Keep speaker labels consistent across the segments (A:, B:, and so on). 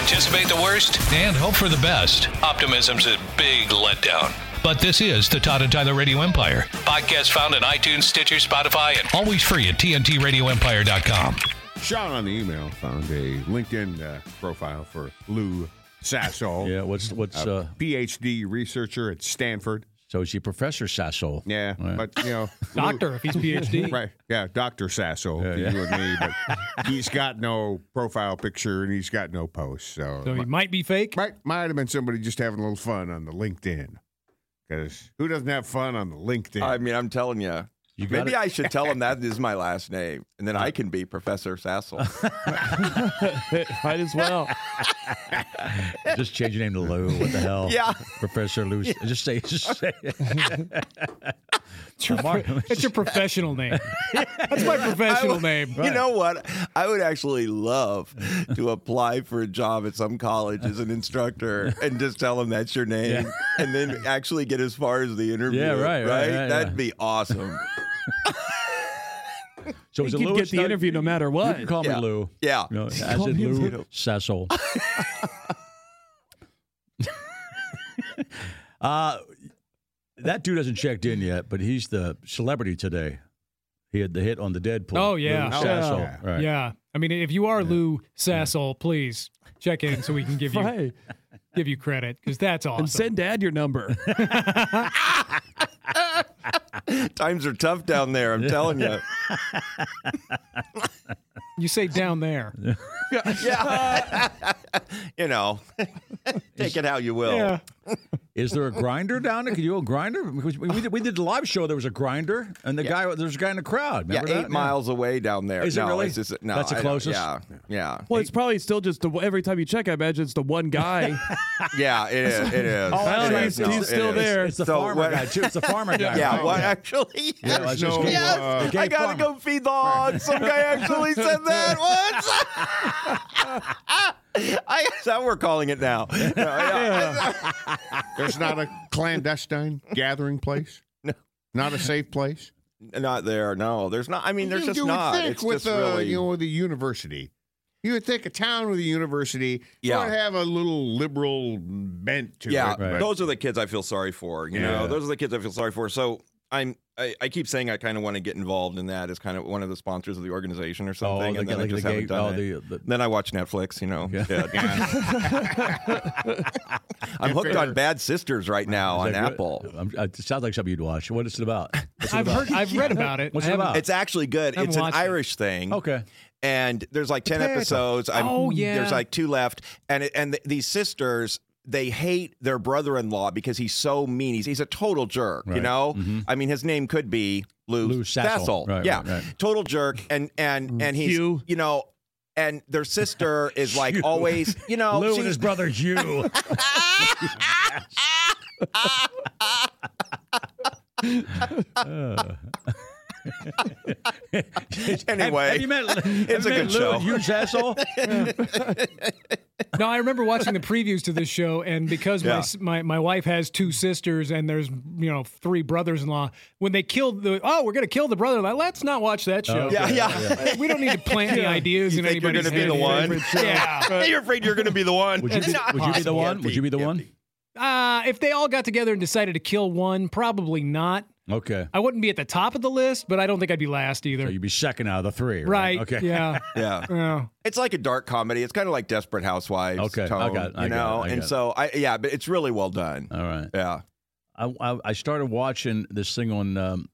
A: Anticipate the worst and hope for the best. Optimism's a big letdown. But this is the Todd and Tyler Radio Empire. Podcast found on iTunes, Stitcher, Spotify, and always free at TNTRadioEmpire.com.
B: Sean on the email found a LinkedIn uh, profile for Lou Sasso.
C: Yeah, what's what's
B: a
C: uh,
B: PhD researcher at Stanford.
C: so is she Professor Sasso?
B: Yeah,
C: Right.
B: but you know,
D: Doctor, if he's PhD.
B: Lou- right? Yeah, Doctor Sasso,
C: Yeah,
B: to
C: yeah.
B: you and me. But he's got no profile picture and he's got no post, so,
D: So he
B: mi-
D: might be fake.
B: might might have been somebody just having a little fun on the LinkedIn. Because who doesn't have fun on the LinkedIn?
E: I mean, I'm telling you.
C: You got
E: Maybe
C: it.
E: I should tell him that is my last name, and then I can be Professor Sassel.
F: Might as well.
C: just change your name to Lou. What the hell?
E: Yeah.
C: Professor Lou. Just say just say.
D: It's your, it's your professional name. That's my professional name.
E: You know what? I would actually love to apply for a job at some college as an instructor and just tell him that's your name, and then actually get as far as the interview.
C: Yeah, right, right, right,
E: That'd
C: yeah.
E: be awesome.
C: So is
F: You
C: it
F: could
C: Lou?
F: get the
C: No,
F: interview no matter
C: You
F: what.
C: can call
E: Yeah.
C: me Lou.
E: Yeah.
C: No, as
F: Call
C: in
F: me
C: Lou
F: Lou.
C: Sasso. uh, that dude hasn't checked in yet, but he's the celebrity today. He had the hit on the Deadpool.
D: Oh, yeah.
C: Lou
B: Oh,
C: Sasso.
B: yeah.
C: Right.
D: Yeah. I mean, if you are Lou Sassel, please check in so we can give you
F: Right.
D: give you credit because that's awesome.
F: And send dad your number.
E: Times are tough down there. I'm telling you.
D: you say down there.
E: Yeah. you know, take it how you will.
D: Yeah.
C: Is there a grinder down there? Can you go grinder? Because we, we did, we did the live show. There was a grinder, and the guy there's a guy in the crowd.
E: Yeah,
C: Remember
E: eight
C: that?
E: miles away down there.
C: Is it
E: no,
C: really?
E: it's just- no,
C: That's the
E: I don't-
C: closest?
E: Yeah, yeah,
F: Well, it's probably still just the, every time you check, I imagine it's the one guy.
E: yeah. It is. It is.
C: Oh,
F: Well,
E: It
C: right.
F: he's,
E: is. No,
F: he's
E: it
F: still
E: is.
F: there.
C: It's the
E: So
C: farmer
E: what-
C: guy too. It's the farmer guy.
E: Yeah.
C: right?
E: What actually?
C: Yeah,
E: Yes.
C: it's just
B: no,
C: gay-
B: Yes, uh,
C: the gay
E: I gotta
C: farmer.
E: go feed the hogs. Some guy actually said that once. I guess that we're calling it now. No, yeah.
B: There's not a clandestine gathering place.
E: No.
B: Not a safe place.
E: Not there. No, there's not. I mean, there's
B: You-
E: just
B: you would
E: not.
B: think
E: It's
B: with
E: just
B: a,
E: really.
B: you know, with a university. You would think a town with a university
E: Yeah.
B: would have a little liberal bent to
E: yeah,
B: it. but-
E: those are the kids I feel sorry for. You
B: Yeah.
E: know, those are the kids I feel sorry for. So I'm, I, I keep saying I kind of want to get involved in that as kind of one of the sponsors of the organization or
C: Oh,
E: something,
C: the,
E: and then I
C: like the
E: just
C: gay.
E: haven't
C: Oh,
E: done it.
C: the, the,
E: Then I watch Netflix. You know,
C: Yeah.
E: Yeah. I'm hooked on Bad Sisters right now on
C: Is that good?
E: Oh, Apple.
C: I'm, it sounds like something you'd watch. What is it about? What's it
D: I've
C: about?
D: heard. I've read about it.
C: What's
D: I
C: it
D: haven't-
C: about?
E: It's actually good.
D: Haven't
E: It's an
D: watched it.
E: Irish thing.
C: Okay.
E: and there's like 10 episodes I'm,
D: Oh, yeah.
E: there's like two left and it, and th- these sisters they hate their brother-in-law because he's so mean he's, he's a total jerk you
C: Right. Mm-hmm.
E: know i mean his name could be lou,
C: Lou Sassel. Right,
E: yeah
C: right, Mm-hmm. right.
E: total jerk and and and he's
F: Hugh.
E: you know and their sister is like
C: Hugh.
E: always you know
C: Lou
E: she's-
C: and his brother Hugh.
E: Anyway,
C: have, have you met, it's
E: a good
C: Lou
E: show.
C: And Hugh's asshole?
D: No, I remember watching the previews to this show, and because my
E: Yeah.
D: s my, my wife has two sisters and there's you know three brothers-in-law, when they killed the oh we're gonna kill the brother-in-law, let's not watch that show.
C: Okay.
E: yeah yeah,
D: We don't need to plant any ideas in
E: think you're
D: anybody's
E: gonna be
D: head.
E: the one?
D: Yeah.
E: you're afraid you're gonna be the one
C: Would you be, would you be the one? Would you be the one?
D: Uh, if they all got together and decided to kill one, probably not.
C: Okay.
D: I wouldn't be at the top of the list, but I don't think I'd be last either.
C: So you'd be second out of the three, right?
D: right.
C: Okay.
D: Yeah.
E: yeah
D: Yeah.
E: It's like a dark comedy. It's kind of like Desperate Housewives.
C: Okay, I
E: tone,
C: got it, I
E: you
C: got
E: know,
C: it, I
E: and
C: got it. Uh,
E: so I yeah, but it's really well done.
C: All right.
E: Yeah,
C: I, I, I started watching this thing on um,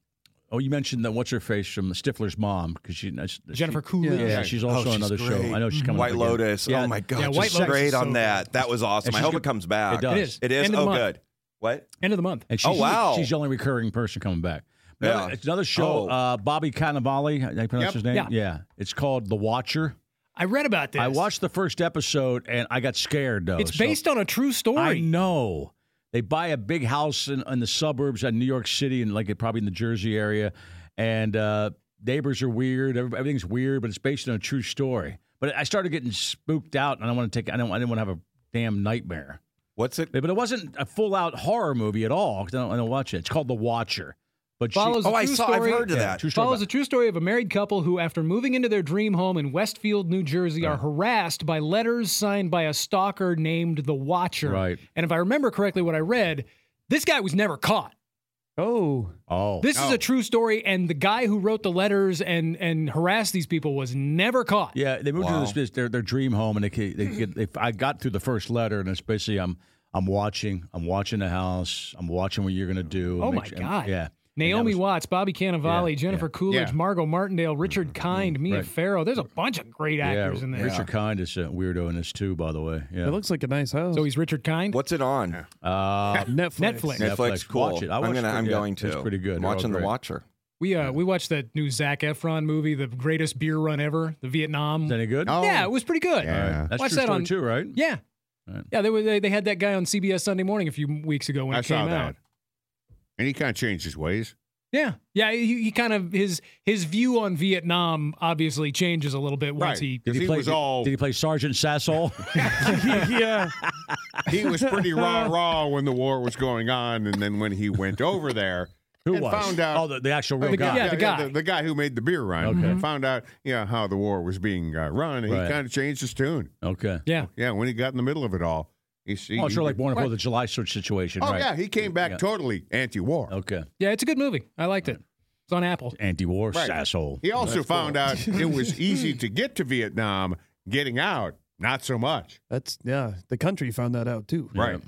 C: Oh, you mentioned that what's her face from Stifler's mom because she that's-
D: Jennifer
C: she-
D: Coolidge.
C: Yeah, she's
E: Oh,
C: also
E: she's
C: another
E: great.
C: show. I know she's coming. up
E: White
C: again.
E: Lotus.
C: Yeah,
E: oh my God,
D: yeah,
E: she's
D: White Lotus
E: great
D: is so
E: on that.
D: good.
E: That was awesome.
C: And
E: I
C: she's
E: hope
C: gonna-
E: it comes back.
C: It does.
D: It is.
E: It is.
D: End of the
E: Oh,
D: month.
E: good. What?
D: End of the month.
C: And she's,
E: Oh, wow.
C: She's the only recurring person coming back. Another,
E: Yeah.
C: it's another show,
E: Oh.
C: uh, Bobby Cannavale. I pronounce
B: Yep.
C: his name.
D: Yeah.
C: it's called The Watcher.
D: I read about this.
C: I watched the first episode and I got scared though.
D: It's
C: so-
D: based on a true
C: I
D: story.
C: know. They buy a big house in, in the suburbs in New York City and like probably in the Jersey area, and uh, neighbors are weird. Every- Everything's weird, but it's based on a true story. But I started getting spooked out, and I want to take. I don't. I didn't want to have a damn nightmare.
E: What's it?
C: But it wasn't a full out horror movie at all. 'cause I don't, I don't watch it. It's called The Watcher. But she-
D: Follows
E: Oh,
D: a
E: I
D: true
E: saw.
D: Story,
E: I've heard of
C: yeah,
E: that.
C: True story.
D: Follows
C: about-
D: a true story of a married couple who, after moving into their dream home in Westfield, New Jersey,
C: Uh.
D: are harassed by letters signed by a stalker named the Watcher.
C: Right.
D: And if I remember correctly, what I read, this guy was never caught.
F: Oh,
C: oh,
D: This is
B: Oh.
D: a true story, and the guy who wrote the letters and and harassed these people was never caught.
C: Yeah, they moved
E: Wow.
C: to this, this their their dream home, and they ca- they get. They, I got through the first letter, and it's basically I'm I'm watching, I'm watching the house, I'm watching what you're gonna do.
D: Oh
C: Make
D: my
C: sure-
D: God.
C: yeah,
D: Naomi Watts, Bobby Cannavale,
C: Yeah, Mm-hmm.
D: Jennifer Coolidge,
B: Yeah.
D: Margot Martindale, Richard Kind, Mia
C: right.
D: Farrow. There's a bunch of great
C: yeah.
D: actors in there.
C: Richard Kind is a weirdo in this too, by the way. Yeah,
F: it looks like a nice house.
D: So he's Richard Kind.
E: What's it on?
C: uh,
F: Netflix.
D: Netflix.
E: Netflix. Cool.
C: Watch it. I
E: am
C: watched
E: gonna.
C: it,
E: I'm
C: yeah.
E: going to.
C: It's pretty good.
E: I'm
C: They're all
E: watching The
C: great.
E: Watcher.
D: We uh we watched that new Zach Efron movie, the greatest beer run ever, the Vietnam.
C: Is that any good?
B: Oh.
D: yeah, it was pretty good.
B: Yeah.
C: That's
D: Watch
C: true
D: that
C: story
D: on-
C: too, right?
D: Yeah.
C: Right.
D: Yeah, they, were, they they had that guy on CBS Sunday Morning a few weeks ago when
B: I
D: it
B: saw
D: came
B: that.
D: out.
B: And he kind of changed his ways.
D: Yeah, yeah. He, he kind of his his view on Vietnam obviously changes a little bit
B: Right.
D: once he.
B: 'Cause he,
C: play-
B: was all
C: Did he play Sergeant Sassol?
F: yeah.
B: he was pretty raw raw when the war was going on, and then when he went over there,
C: Who
B: And
C: was?
B: found out-
C: Oh, the, the actual real
D: the
C: guy.
D: guy- yeah.
B: the, the guy who made the beer run,
C: Okay.
B: found out yeah how the war was being uh, run, and
C: Right.
B: he kind of changed his tune.
C: Okay.
D: Yeah,
B: Yeah, when he got in the middle of it all, he see.
C: Oh, it's sort of like Born
B: What?
C: Before the July sort of situation,
B: Oh
C: right?
B: yeah, he came back
C: Yeah.
B: totally anti-war.
C: Okay.
D: yeah. It's a good movie. I liked it. It's on Apple.
C: Anti-war
B: Right.
C: Sassol.
B: He also found out it was easy to get to Vietnam. Getting out, not so much.
F: That's yeah. The country found that out too.
C: Yeah.
B: Right.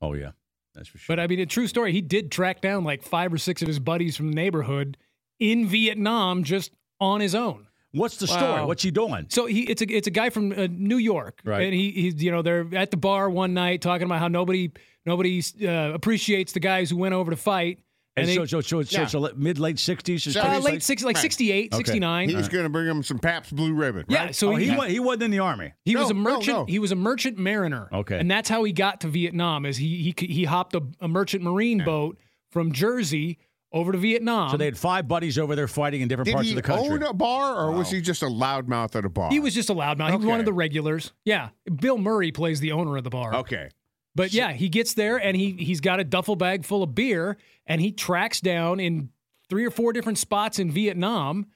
C: Oh yeah, that's for sure.
D: But I mean, a true story. He did track down like five or six of his buddies from the neighborhood in Vietnam just on his own.
C: What's the story?
F: Wow.
C: What's he doing?
D: So he it's a it's a guy from uh, New York,
C: Right.
D: And he he's you know they're at the bar one night talking about how nobody nobody uh, appreciates the guys who went over to fight.
C: And,
D: And, they,
C: so, so, so, so,
B: Yeah.
C: so le- mid late sixties.
B: So
D: uh,
B: he's
D: late
B: like-
D: six like
B: right.
D: 68,
C: Okay.
D: 69.
B: He was going to bring him some Pabst Blue Ribbon.
D: yeah,
B: right?
D: so
C: oh,
D: he,
C: he
D: he,
C: wa- he wasn't in the army.
D: was a
B: No, no,
D: merchant.
B: no.
D: He was a merchant mariner.
C: Okay.
D: and that's how he got to Vietnam. Is he he he hopped a, a merchant marine boat from Jersey over to Vietnam.
C: So they had five buddies over there fighting in different
B: Did
C: parts
B: he
C: of the country.
B: own a bar, or was he just a loudmouth at a bar?
D: He was just a loudmouth. He was one
B: Okay.
D: of the regulars. Yeah. Bill Murray plays the owner of the bar.
B: okay.
D: But yeah, he gets there and he he's got a duffel bag full of beer and he tracks down in three or four different spots in Vietnam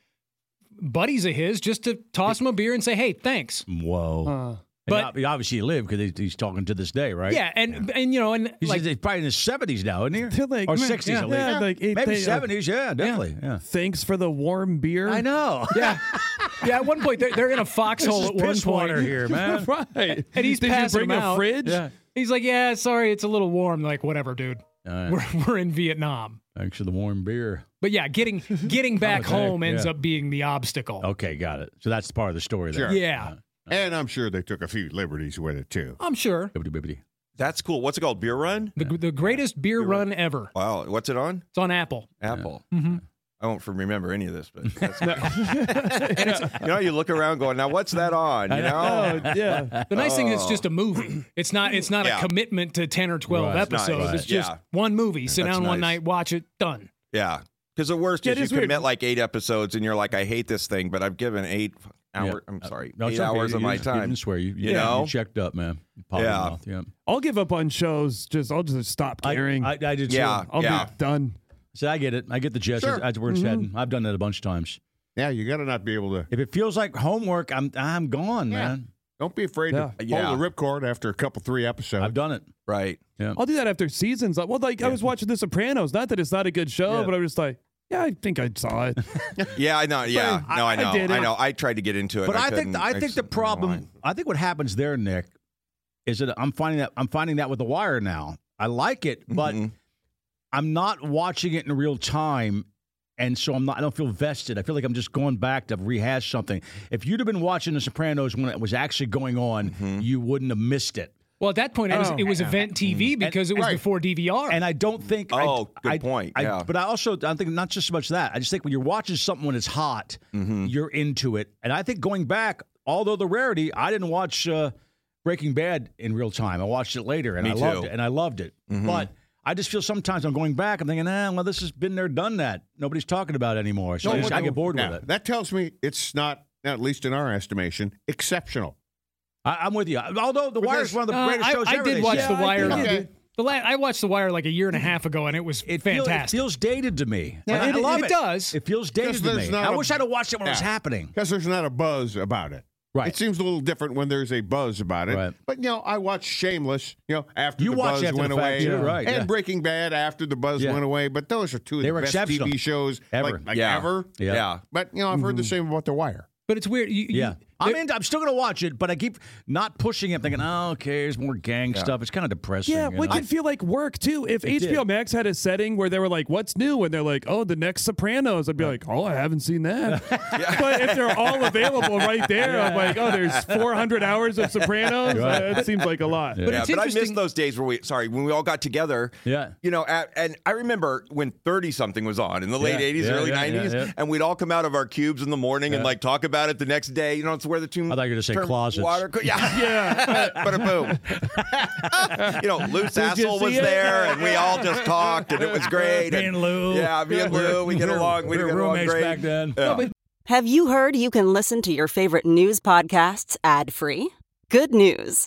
D: buddies of his just to toss him a beer and say, "Hey, thanks."
C: Whoa!
F: Uh,
D: but-
C: but he obviously lived because he, he's talking to this day, right?
D: Yeah, and and you know, and
C: He's,
D: like
C: he's probably in his seventies now, isn't he?
F: They're like,
C: or
F: man,
C: sixties
F: yeah,
C: at least.
F: yeah, like eight-
C: Maybe
F: they, uh,
C: seventies. yeah, definitely. Yeah.
F: Thanks for the warm beer.
C: I know.
D: yeah. Yeah, at one point they're, they're in a foxhole
C: This
D: at
C: is
D: one
C: piss
D: point.
C: water here, man.
F: right.
D: And he's
F: Did you
D: passing
F: bring
D: them
F: a
D: out.
F: fridge?
C: Yeah.
D: He's like, "Yeah, sorry, it's a little warm." Like, whatever, dude.
C: All right.
D: We're we're in Vietnam.
C: Thanks for the warm beer.
D: But yeah, getting getting back
C: Okay,
D: home ends
C: yeah.
D: up being the obstacle.
C: Okay, got it. So that's part of the story there.
B: Sure.
D: Yeah,
B: And I'm sure they took a few liberties with it too.
D: I'm sure.
C: Bibbidi bibbidi.
E: That's cool. What's it called? Beer Run.
D: The, the greatest beer run ever.
E: Wow. What's it on?
D: It's on Apple.
E: Apple.
D: Mhm.
E: I won't remember any of this, but that's And it's- you know, you look around going, now what's that on? You know,
F: Oh yeah.
D: The nice thing is it's just a movie. It's not it's not
E: Yeah.
D: a commitment to 10 or 12
C: Oh. Right. It's
D: episodes.
E: nice.
D: It's just
E: Yeah.
D: one movie. Sit
E: That's
D: down one
E: nice.
D: night, watch it, done.
E: yeah. Because the worst
F: Yeah, it
E: is
F: is
E: you
F: weird.
E: commit like eight episodes, and you're like, I hate this thing, but I've given eight hours. I'm sorry,
C: Uh, No,
E: eight
C: it's okay.
E: hours
C: You-
E: of
C: you-
E: my
C: you
E: time.
C: didn't swear. You, you,
E: You know?
C: you checked up, man. Pop your
E: Yeah.
C: mouth, yeah.
F: I'll give up on shows. Just I'll just stop
C: I,
F: caring.
C: I, I did.
E: Yeah.
C: too.
F: will
E: yeah.
F: be done.
C: So I get it. I get the gist.
B: Sure.
C: That's where
E: Mm-hmm.
C: it's heading. I've done that a bunch of times.
B: Yeah, you got to not be able to.
C: If it feels like homework, I'm I'm gone, man.
B: Don't be afraid to
E: Yeah.
B: pull the ripcord after a couple three episodes.
C: I've done it.
E: Right.
F: I'll do that after seasons. Like, well, like I was watching The Sopranos. Not that it's not a good show,
C: Yeah.
F: but I was just like, yeah, I think I saw it.
E: Yeah, I know. Yeah,
F: I-
E: no, I
F: I
E: know. I,
F: did it.
E: know. I tried to get into it,
C: But
E: and
C: I, think
E: couldn't.
C: I think the
E: just-
C: problem. I think what happens there, Nick, is that I'm finding that I'm finding that with the wire now. I like it, but
E: Mhm.
C: I'm not watching it in real time and so I'm not. I don't feel vested. I feel like I'm just going back to rehash something. If you'd have been watching The Sopranos when it was actually going on,
E: Mm-hmm.
C: you wouldn't have missed it.
D: Well, at that point, it was,
C: Oh.
D: it was event TV because it was before DVR.
C: And I don't think. I-
E: Oh, good
C: I-
E: point,
C: I-
E: yeah.
C: But I also I think not just so much that. I just think when you're watching something when it's hot,
E: Mm-hmm.
C: you're into it. And I think going back, although the rarity, I didn't watch uh, Breaking Bad in real time. I watched it later, and
E: Me
C: I loved
E: too. Mm-hmm.
C: it, and I loved it. But I just feel sometimes I'm going back. I'm thinking, ah, well, this has been there, done that. Nobody's talking about it anymore. So I, just- I get bored
B: Now,
C: with it.
B: That tells me it's not, at least in our estimation, exceptional.
C: I, I'm with you. Although The Wire is one of the
D: Uh,
C: greatest
D: I,
C: shows
D: I
C: ever. they
D: did watch
C: say.
D: The Wire.
B: think it
D: Okay.
B: is.
D: The la- I watched The Wire like a year and a half ago, and it was
C: It, feel-
D: fantastic.
C: it feels dated to me.
D: Yeah,
C: And I
D: it-
C: love
D: it does.
C: It feels dated to
B: there's
C: me.
B: not
C: I
B: a-
C: wish I'd have watched it when it was
B: Yeah.
C: happening.
B: Because there's not a buzz about it.
C: Right.
B: It seems a little different when there's a buzz about it.
C: Right.
B: But you know, I watched Shameless. You know, after
C: You
B: the
C: watched
B: buzz
C: after the
B: went
C: fact,
B: away,
C: you're right,
B: and
C: yeah.
B: Breaking Bad after the buzz
C: Yeah.
B: went away. But those are two of
C: They
B: the
C: were
B: best
C: exceptional.
B: TV shows
C: Ever.
B: like, like
E: Yeah.
B: ever.
C: Yeah. Mm-hmm.
E: yeah.
B: But you know, I've heard the same about The Wire.
D: but it's weird. You, you-
C: Yeah. I'm, in, I'm still going to watch it, but I keep not pushing it. I'm thinking, oh, okay, there's more gang stuff. It's kind of depressing.
F: Yeah,
C: you
F: we
C: know?
F: could feel like work too. If
C: It
F: HBO
C: did.
F: Max had a setting where they were like, "What's new?" and they're like, "Oh, the next Sopranos," I'd be like, "Oh, I haven't seen that." But if they're all available right there, I'm like, "Oh, there's 400 hours of Sopranos." Uh, that seems like a lot.
D: But
E: yeah,
D: it's
E: but I missed
D: interesting-
E: those days where we, sorry, when we all got together.
C: Yeah.
E: You know, at, and I remember when 30 something was on in the late
C: Yeah,
E: 80s,
C: yeah,
E: early
C: yeah, yeah,
E: 90s,
C: yeah.
E: and we'd all come out of our cubes in the morning and like talk about it the next day. You know, it's where the two.
C: I thought you were gonna say
E: term
C: closets.
E: Water, co- yeah. yeah. but a boom. you know, Lou Sassel was
F: see it?
E: there, and we all just talked, and it was great.
C: Me and Lou.
E: Yeah, me and Lou, we get along. We
C: were
E: get along
C: roommates
E: great.
C: back then.
E: Yeah.
G: Have you heard you can listen to your favorite news podcasts ad free? Good news!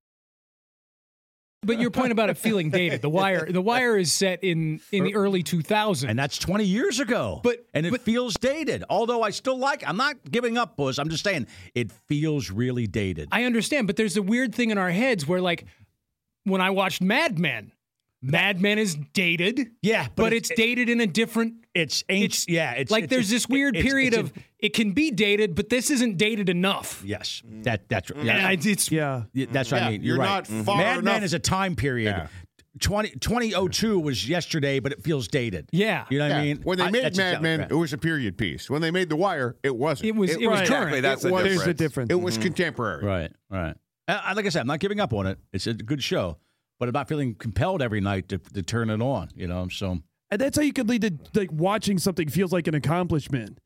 D: But your point about it feeling dated, The Wire, The Wire is set in in
C: Er,
D: the early 2000s.
C: Oh, And that's 20 years ago.
D: But-
C: and it
D: but-
C: feels dated. Although I still like I'm not giving up, Buzz. I'm just saying it feels really dated.
D: I understand, but there's a weird thing in our heads where, like, when I watched Mad Men, Mad Men is dated,
C: yeah,
D: but, it's, dated in a different.
C: it's ancient. Yeah, it's
D: like
C: it's-
D: there's
C: it's-
D: this weird
C: it's-
D: period
C: it's
D: of
C: in-
D: it can be dated, but this isn't dated enough.
C: yes. That that's
D: And
C: yeah.
D: I, it's
F: Yeah.
C: Yeah, that's what
B: Yeah,
C: I mean.
B: you're
C: right.
B: not far
C: Mad Men
B: enough-
C: is a time period.
B: Yeah.
C: 20, 2002 was yesterday, but it feels dated.
D: Yeah.
C: You know what I
B: Yeah.
C: mean?
B: when they
C: I-
B: made
C: that's
B: Mad
C: exactly
B: Men,
C: right.
B: it was a period piece. When they made The Wire, it wasn't.
D: it was it, was
F: Right.
D: current.
E: Exactly. That's
B: It
E: the
B: was-
F: There's
E: difference.
F: the difference.
B: It was contemporary.
C: Mm-hmm. Right, right. Uh, I- like I said, I'm not giving up on it. It's a good show, but I'm not feeling compelled every night to, to turn it on, you know? So,
F: And that's how you could lead to like watching something feels like an accomplishment.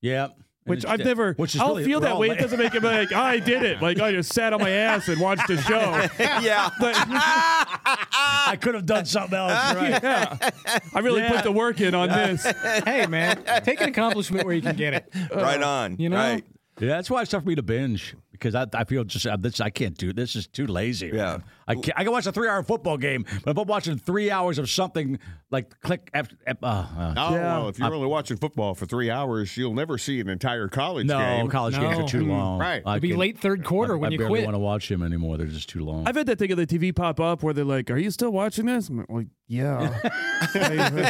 C: yeah. And
F: Which
C: it's-
F: I've never.
C: Which is
F: I'll
C: really-
F: feel
C: we're
F: that
C: all
F: way.
C: like-
F: It doesn't make it like I did it. Like I just sat on my ass and watched a show.
E: Yeah.
C: I could have done something else. Right.
F: Yeah, I really put the work in on this.
D: hey man, take an accomplishment where you can get it.
E: right on.
D: you know?
E: Right.
C: Yeah, that's why it's tough for me to binge because I, I feel just uh, this I can't do this is too lazy.
E: Yeah.
C: I can I can watch a three hour football game, but if I'm watching three hours of something like click after uh, uh,
B: Oh well, if you're only watching football for three hours, you''ll never see an entire college
C: no
B: game.
C: college games are
D: No.
C: too
D: Mm,
C: long.
B: right.
C: I
D: It'll be
C: can-
D: late third quarter
C: I,
D: when
C: I
D: you
C: barely
D: quit.
C: want to watch them anymore. They're just too long.
F: I've had that thing on the TV pop up where they're like, "Are you still watching this?" I'm like, well, "Yeah." I,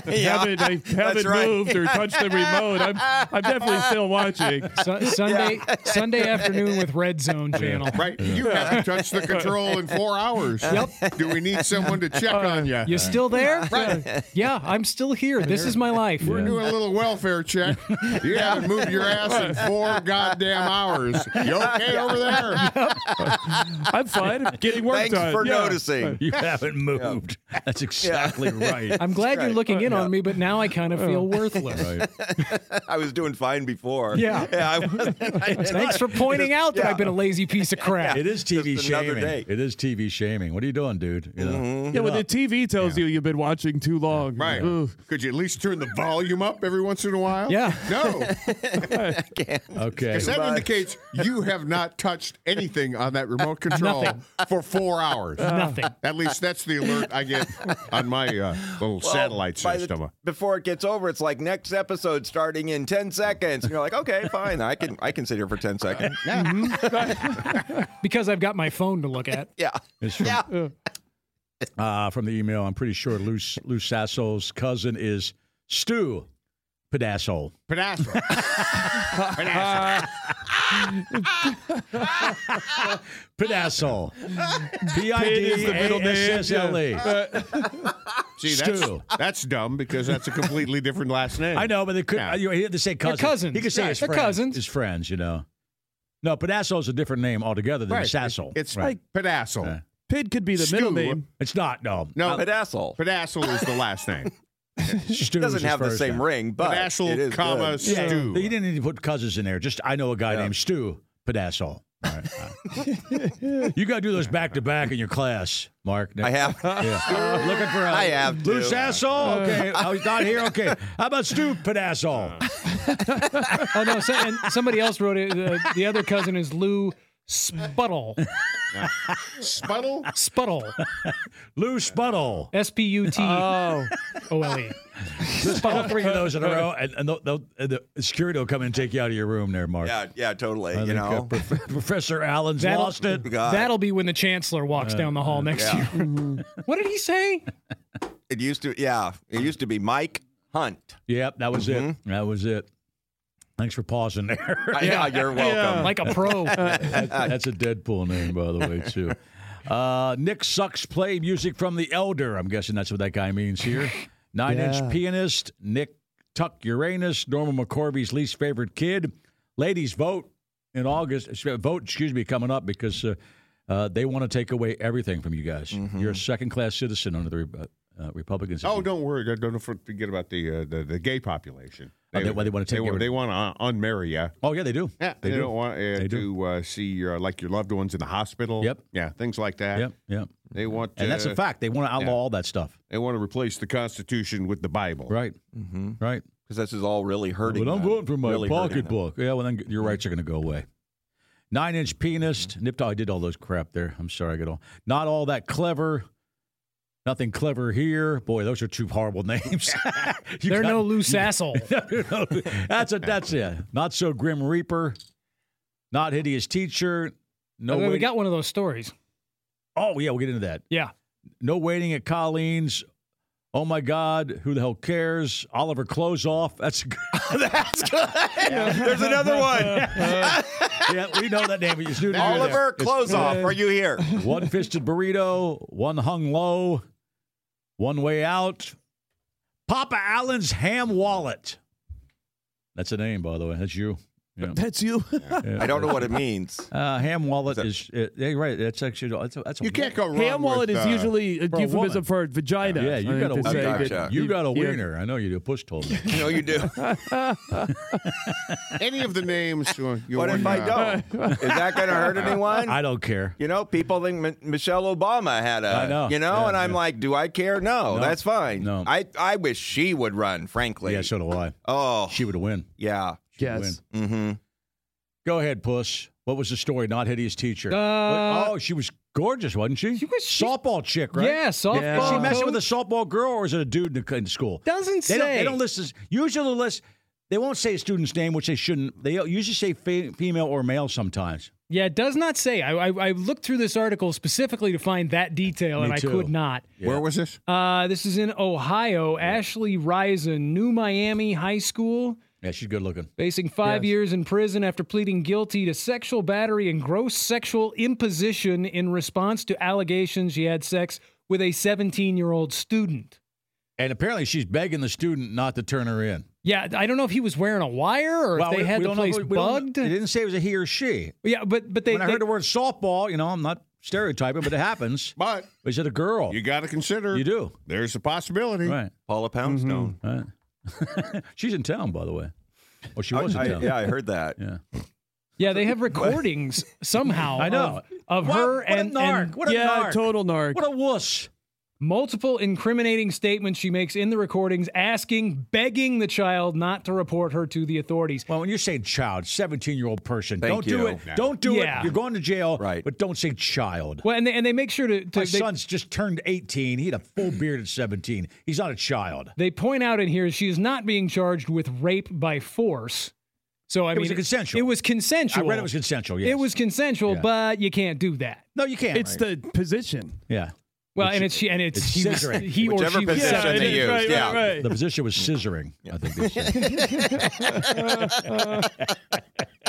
F: I
E: Yeah.
F: haven't, I haven't
E: right.
F: moved or touched the remote. I'm, I'm definitely still watching.
D: Su- Sunday Sunday afternoon with Red Zone Channel.
B: Right. You haven't touched the control in four hours. Yep. Do we need someone to check on you?
D: You still there? Yeah, I'm still here. This is my life.
B: We're doing a little welfare check. You haven't moved your ass in four goddamn hours. You okay over there?
F: I'm fine. I'm getting work
E: Thanks
F: done.
E: for
F: Yeah.
E: noticing.
C: you haven't moved. That's exactly right.
D: I'm glad you're looking in on me, but now I kind of feel worthless.
C: right.
E: I was doing fine before.
D: Yeah.
E: I wasn't- I didn't-
D: Thanks for pointing out that
E: Yeah.
D: I've been been a lazy piece of crap.
C: It is TV
E: Just another
C: shaming.
E: day.
C: It is TV shaming. What are you doing, dude? You know?
F: Yeah, when the TV tells you you've been watching too long.
B: Right.
F: Ugh.
B: Could you at least turn the volume up every once in a while?
D: Yeah.
B: No,
C: Okay.
B: because that indicates you have not touched anything on that remote control for four hours.
C: uh,
D: Nothing.
B: At least that's the alert I get on my uh, little
E: Well,
B: satellite
E: by the-
B: system.
E: before it gets over, it's like next episode starting in ten seconds. And you're like, okay, fine, I can I can sit here for ten seconds.
D: because I've got my phone to look at.
E: Yeah,
C: It's from,
E: yeah.
C: uh, from the email, I'm pretty sure Lou, Lou Sasso's cousin is Stu Pedasshole.
B: Pedastra.
C: Pedasshole.
F: is the middle name,
C: B-I-D-A-S-S-L-E.
B: See, that's,
C: Stu.
B: that's dumb because that's a completely different last name.
C: I know, but they could.
B: Yeah.
C: uh, You know, he had to say cousins.
D: cousins.
C: He could say
D: Right.
C: his
D: They're
C: friends.
D: cousins.
C: His friends, you know. No, Pedassole's a different name altogether than
B: Right.
C: Sassole.
B: It's
C: Right. Uh,
B: like Pedassel.
C: Yeah.
F: Pid could be the middle
B: Stew.
F: name.
C: It's not. No.
B: No,
E: But asshole
B: Pedassel is the last name.
C: Stu
E: doesn't
C: is his
E: have the
C: first
E: same
C: name.
E: ring, but it
B: Pedassel,
E: is
B: comma,
E: good.
C: Yeah.
B: stew.
C: He didn't need to put cousins in there. Just I know a guy named Stu Pedasshole. All right. you got to do those back to back in your class, Mark.
E: I have.
C: Yeah. Looking for a
E: I have
C: Lou
E: to.
C: Sassol? Okay. I was not here. Okay. How about Stu Pedasshole?
D: Oh no! So, and somebody else wrote it. The, the other cousin is Lou Sputtle.
B: Sputtle?
D: Sputtle.
C: Lou Sputtle.
D: S P U T O
C: Oh.
D: L E.
C: All three of those in a row, and, and they'll, they'll, and the security will come in and take you out of your room there, Mark.
E: Yeah, yeah, totally.
C: I
E: you
C: think, uh,
E: know, Oh,
C: Prof- Professor Allen's
D: That'll-
C: lost it.
E: God,
D: That'll be when the chancellor walks down the hall next
E: Uh, yeah.
D: year. What did he say?
E: it used to. Yeah, it used to be Mike Hunt.
C: Yep, that was it.
E: Mm-hmm.
C: That was it. Thanks for pausing there.
E: Yeah, you're welcome.
D: Like a pro.
C: That- that's a Deadpool name, by the way, too. Uh, Nick sucks play music from the Elder. I'm guessing that's what that guy means here. Nine inch pianist, Nick Tuck Uranus, Norman McCorvey's least favorite kid. Ladies vote in August. uh, Vote, excuse me, coming up because uh, uh, they want to take away everything from you guys. You're a second class citizen under the Re- uh, uh, Republicans.
B: Mm-hmm. Oh, don't worry. Don't- Don't forget about the uh, the, the gay population.
C: Oh, they- well, they wanna take
B: wa-
C: every-
B: They want to unmarry you.
C: Oh, yeah, they do.
B: Yeah,
C: they,
B: they,
C: do.
B: not want uh,
C: They do.
B: to uh, see your, like your loved ones in the hospital.
C: Yep.
B: Yeah, things like that.
C: Yep, yep.
B: They want.
C: And that's
B: uh,
C: a fact. They want to outlaw
B: yeah.
C: all that stuff.
B: They want to replace the Constitution with the Bible.
C: Right.
B: Mm-hmm.
C: Right.
E: because this is all really hurting.
C: But I'm
E: them,
C: voting for my
E: really hurting them.
C: pocketbook. Yeah, well, then your rights are going to go away. Nine inch pianist. Nip Tuck- I did all those crap there. I'm sorry. I got all. Not all that clever. Nothing clever here. Boy, those are two horrible names. You
D: They're
C: got-
D: no Lou Sassel.
C: that's a that's it. Not so grim reaper. Not hideous teacher. No.
D: we
C: waiting-
D: got one of those stories.
C: oh yeah, we'll get into that.
D: Yeah.
C: No waiting at Colleen's. Oh my God, who the hell cares? Oliver close off. That's a good.
E: That's good. There's another one.
C: yeah, we know that name. You knew that you were there.
E: Oliver, close off. Are you here?
C: One fisted burrito, one hung low, one way out. Papa Allen's ham wallet. That's a name, by the way. That's you. Yeah.
F: That's you.
C: Yeah.
E: I don't know what it means.
C: Uh, ham wallet is. Uh, yeah, you're right. That's actually. That's a, that's a
B: You can't go wrong.
F: Ham wallet
B: with,
F: is
B: uh,
F: usually a
C: for a woman.
F: euphemism for vagina.
C: Yeah,
F: I
C: you
F: think
C: got a
F: they say
C: wiener.
E: gotcha.
F: that
C: You got a
F: yeah.
C: wiener. I know you do. Push told me.
E: You know, you do.
B: any of the names. uh, you
E: What if
B: want,
E: I
B: uh,
E: don't? Is that going to hurt anyone?
C: I don't care.
E: you know, people think M- Michelle Obama had a.
C: I know.
E: You know,
C: Yeah,
E: and I'm
C: yeah.
E: like, do I care? No,
C: No.
E: that's fine.
C: No.
E: I I wish she would run. Frankly.
C: Yeah, so do I.
E: oh.
C: She would have win.
E: yeah.
F: Yes.
E: Mm-hmm.
C: Go ahead, Puss. What was the story? Not hideous teacher.
D: Uh,
C: oh, she was gorgeous, wasn't she? She
D: was- she-
C: softball chick, right?
D: Yeah, softball.
F: Yeah.
C: Is she
F: Uh,
C: messing with a
D: coach.
C: softball girl or is it a dude in, the, in school?
D: Doesn't
C: they
D: say.
C: Don't, they don't list. As, usually list. They won't say a student's name, which they shouldn't. They usually say fe- female or male sometimes.
D: Yeah, it does not say. I, I, I looked through this article specifically to find that detail,
C: Me
D: and
C: too.
D: I could not.
B: Where was this?
D: Uh, this is in Ohio. Ashley Risen, New Miami High School,
C: Yeah, she's good looking.
D: facing five
F: Yes.
D: years in prison after pleading guilty to sexual battery and gross sexual imposition in response to allegations she had sex with a 17 year old student.
C: And apparently, she's begging the student not to turn her in.
D: Yeah, I don't know if he was wearing a wire or
C: Well,
D: if they
C: we-
D: had
C: we
D: the
C: don't know
D: place
C: if we- we don't-
D: bugged.
C: They didn't say it was a he or she.
D: Yeah, but but they,
C: when I
D: they-
C: heard the word softball, you know, I'm not stereotyping, but it happens.
B: But
C: Is it a girl?
B: you got to consider.
C: You do.
B: There's a possibility.
C: Right.
E: Paula Poundstone.
C: Right. she's in town, by the way. Or she was in
E: I,
C: town.
E: yeah, I heard that.
C: Yeah.
D: Yeah, they have recordings somehow.
C: I know.
D: of, of
C: What-
D: her
C: what a
D: and,
C: narc.
D: and
C: What a
F: yeah,
C: narc.
F: total narc.
C: What a wuss.
D: multiple incriminating statements she makes in the recordings, asking, begging the child not to report her to the authorities.
C: Well, when you're saying child, 17 year old person,
E: Thank
C: don't do
E: you.
C: it. Don't do
D: Yeah.
C: it. You're going to jail,
E: Right.
C: But don't say child.
D: Well, and they, and they make sure to, to
C: My
D: they,
C: son's just turned 18. He had a full beard at 17. He's not a child.
D: they point out in here she is not being charged with rape by force. So I
C: It
D: mean,
C: was consensual.
D: It was consensual.
C: I read it was consensual. Yes.
D: It was consensual,
C: Yeah.
D: but you can't do that.
C: No, you can't.
F: It's the position.
C: yeah.
D: Well, and it's she and it's,
C: it's
D: he, was,
C: scissoring.
D: he or
E: Whichever
D: she was
E: position
D: yeah,
E: they
D: it is.
E: use.
F: right,
E: yeah.
F: right,
C: The
F: right.
C: position was scissoring. I think. They said.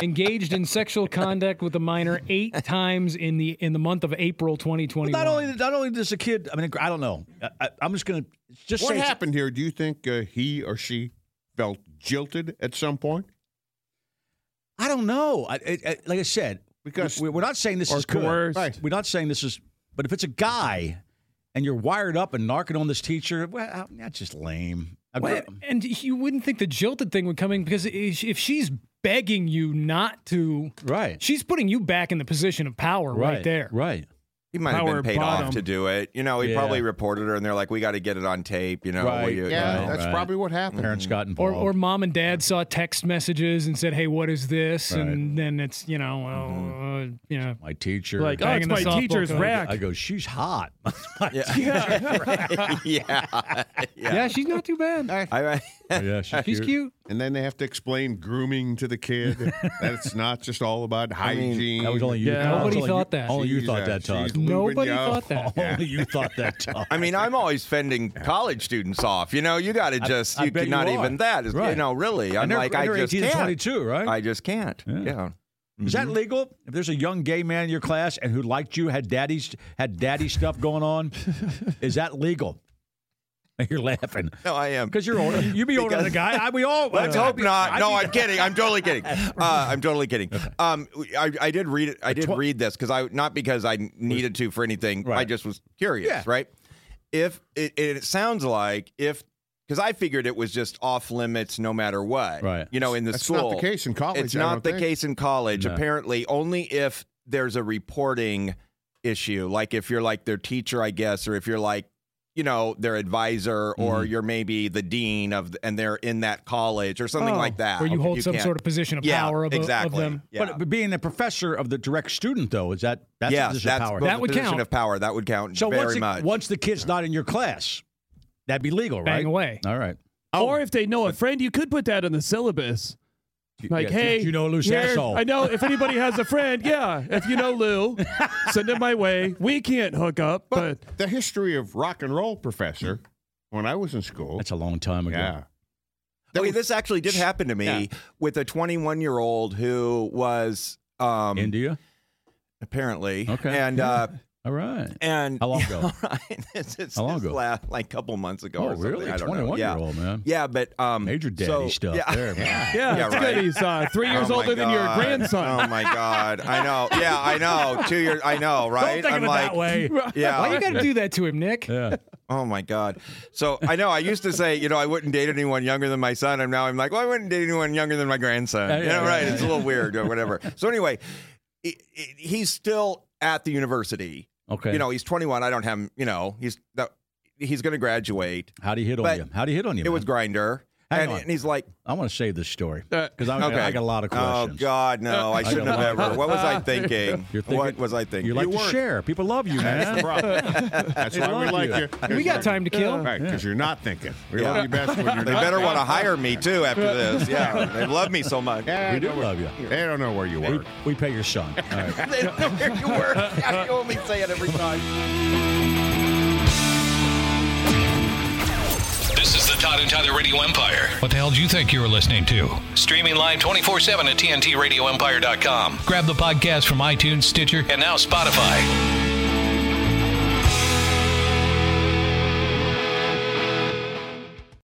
D: engaged in sexual conduct with a minor eight times in the in the month of April 2021.
C: not only not only does a kid. I mean, I don't know. I, I, I'm just gonna just
B: What
C: say it's-
B: happened here? Do you think uh, he or she felt jilted at some point?
C: I don't know. I, I, I, like I said,
B: Because-
C: we, we're not saying this
F: Or
C: is good.
F: coerced.
B: Right.
C: We're not saying this is. But if it's a guy and you're wired up and narking on this teacher, well, that's just lame. I-
D: Uh, and you wouldn't think the jilted thing would come in because if if she's begging you not to,
C: Right.
D: she's putting you back in the position of power right, there.
C: Right.
E: He might
F: Power
E: have been paid
F: bottom.
E: off to do it. You know, he
C: Yeah.
E: probably reported her, and they're like, "We got to get it on tape." You know, will
C: Right.
E: you-
B: Yeah,
C: Right,
B: that's
C: right.
B: probably what happened.
C: Parents got
D: Or,
C: involved.
D: or mom and dad saw text messages and said, "Hey, what is this?" And then it's you know, well, uh, you know,
C: my teacher.
F: Like, oh,
D: Banging
F: it's
D: the softball
F: my teacher's
D: coach.
F: rack.
C: I go, she's hot.
E: yeah,
D: yeah. she's not too bad. Uh,
E: I,
C: yeah,
D: She's cute.
B: And then they have to explain grooming to the kid that it's not just all about
E: mean,
B: hygiene.
C: That was only you.
F: Yeah.
C: that was
D: Nobody
C: only you-
D: thought that.
C: Only you
B: She's
C: thought
B: a-
C: that, Todd.
B: she's lubing
D: Nobody
B: you up.
D: thought that.
C: Only you thought that, Todd.
E: I mean, I'm always fending college students off. You know, you got to just,
C: I
E: you
C: bet you
E: cannot
C: are.
E: even that. Is, You
C: Right.
E: know, really, I'm
C: And they're-
E: like,
C: and
E: I
C: they're
E: just
C: 18 to
E: can't.
C: 22, right?
E: I mm-hmm. just can't. Yeah.
C: Is that legal? If there's a young gay man in your class and who liked you, had daddy's had daddy stuff going on, is that legal? You're laughing
E: No, I am.
C: because you're older. You be older than the guy. I, we all.
E: Let's
C: I-
E: hope not.
C: I-
E: no, I'm kidding. I'm totally kidding. Uh, I'm totally kidding. Um, I, I did read it. I did read this because I not because I needed to for anything. I
C: Right.
E: just was curious.
C: Yeah.
E: Right. If it, it sounds like if because I figured it was just off limits no matter what.
C: Right.
E: You know, in the
B: That's not the
E: school.
B: case in college,
E: It's
B: I
E: not
B: don't
E: the
B: think.
E: case in college. Apparently, only if there's a reporting issue, like if you're like their teacher, I guess, or if you're like you know their advisor
D: Mm-hmm.
E: or you're maybe the dean of and they're in that college or something
D: Oh,
E: like that
D: Where you hold some
E: can't-
D: sort of position of
E: yeah,
D: power of, a- of
E: exactly
D: them.
E: yeah.
C: But, but being the professor of the direct student, though, is that that's a
E: yes,
C: position
E: that's
C: of power.
E: both
D: That
E: a
D: would
E: position
D: count.
E: of power that would count
C: so
E: very
C: once the,
E: much
C: once the kid's not in your class, that'd be legal,
D: Bang
C: right?
D: away.
C: All right.
E: Oh.
F: Or if they know a friend, you could put that on the syllabus. Like,
C: yeah,
F: hey,
C: did you know Lou's
F: here-
C: asshole?
F: I know if anybody has a friend, yeah. If you know Lou, send him my way. We can't hook up, but,
B: But the history of rock and roll, professor, when I was in school.
C: That's a long time ago.
B: yeah.
E: okay, this actually did happen to me with a 21 year old who was um
C: India.
E: apparently
C: Okay.
E: and uh
C: All right.
E: and
C: How long ago?
E: Right, this is-
C: How long
E: this
C: ago?
E: la- like a couple months ago
C: Oh,
E: or something,
C: really?
E: I don't know.
C: 21
E: yeah.
C: year old man.
E: yeah but um
C: Major daddy
E: so-
C: stuff
E: yeah.
C: there, man.
F: yeah,
E: Yeah,
F: it's
E: right.
F: good. He's uh, three years
E: Oh my
F: older than your
E: God.
F: grandson.
E: Oh my god! I know. Yeah, I know. Two years. I know. Right?
C: think of
E: I'm
C: it
E: like,
C: that way.
E: Yeah.
D: Why you got to do that to him, Nick?
C: Yeah.
E: Oh my God. So I know I used to say, you know, I wouldn't date anyone younger than my son. And now I'm like, well, I wouldn't date anyone younger than my grandson.
C: Yeah,
E: you know,
C: yeah,
E: right.
C: yeah,
E: it's a little weird or whatever. So anyway, i i he's still at the university.
C: Okay.
E: You know, he's 21. I don't have, him- you know, he's that he's going to graduate.
C: How do you hit on
E: But
C: you? How do you hit on you?
E: It was
C: man?
E: grinder.
C: Hang
E: And,
C: on.
E: and he's like,
C: I want to save this story because I,
E: Uh, okay.
C: I got a lot of questions.
E: Oh God, no! I shouldn't
C: got
E: have
C: a lot of
E: ever. What was I thinking?
C: You're thinking-
E: what was I thinking?
C: You like to share. People love you, man.
B: That's why we
C: love
B: like
C: you.
B: you. 'cause
D: We got
B: you're-
D: time to kill.
B: Right, because you're not thinking. We
E: Yeah.
B: love you best when you're
E: They
B: not
E: better want to
B: thinking.
E: hire me too after this. Yeah, they love me so much.
B: Yeah,
C: we
B: I
C: do
B: know where-
C: love you.
B: They don't know where you
C: We,
B: were.
C: we pay your son. All right.
E: they don't know where you were. I only say it every time.
A: This is the Todd and Tyler Radio Empire. What the hell do you think you were listening to? Streaming live 24 7 at TNTRadioEmpire.com. Grab the podcast from iTunes, Stitcher, and now Spotify.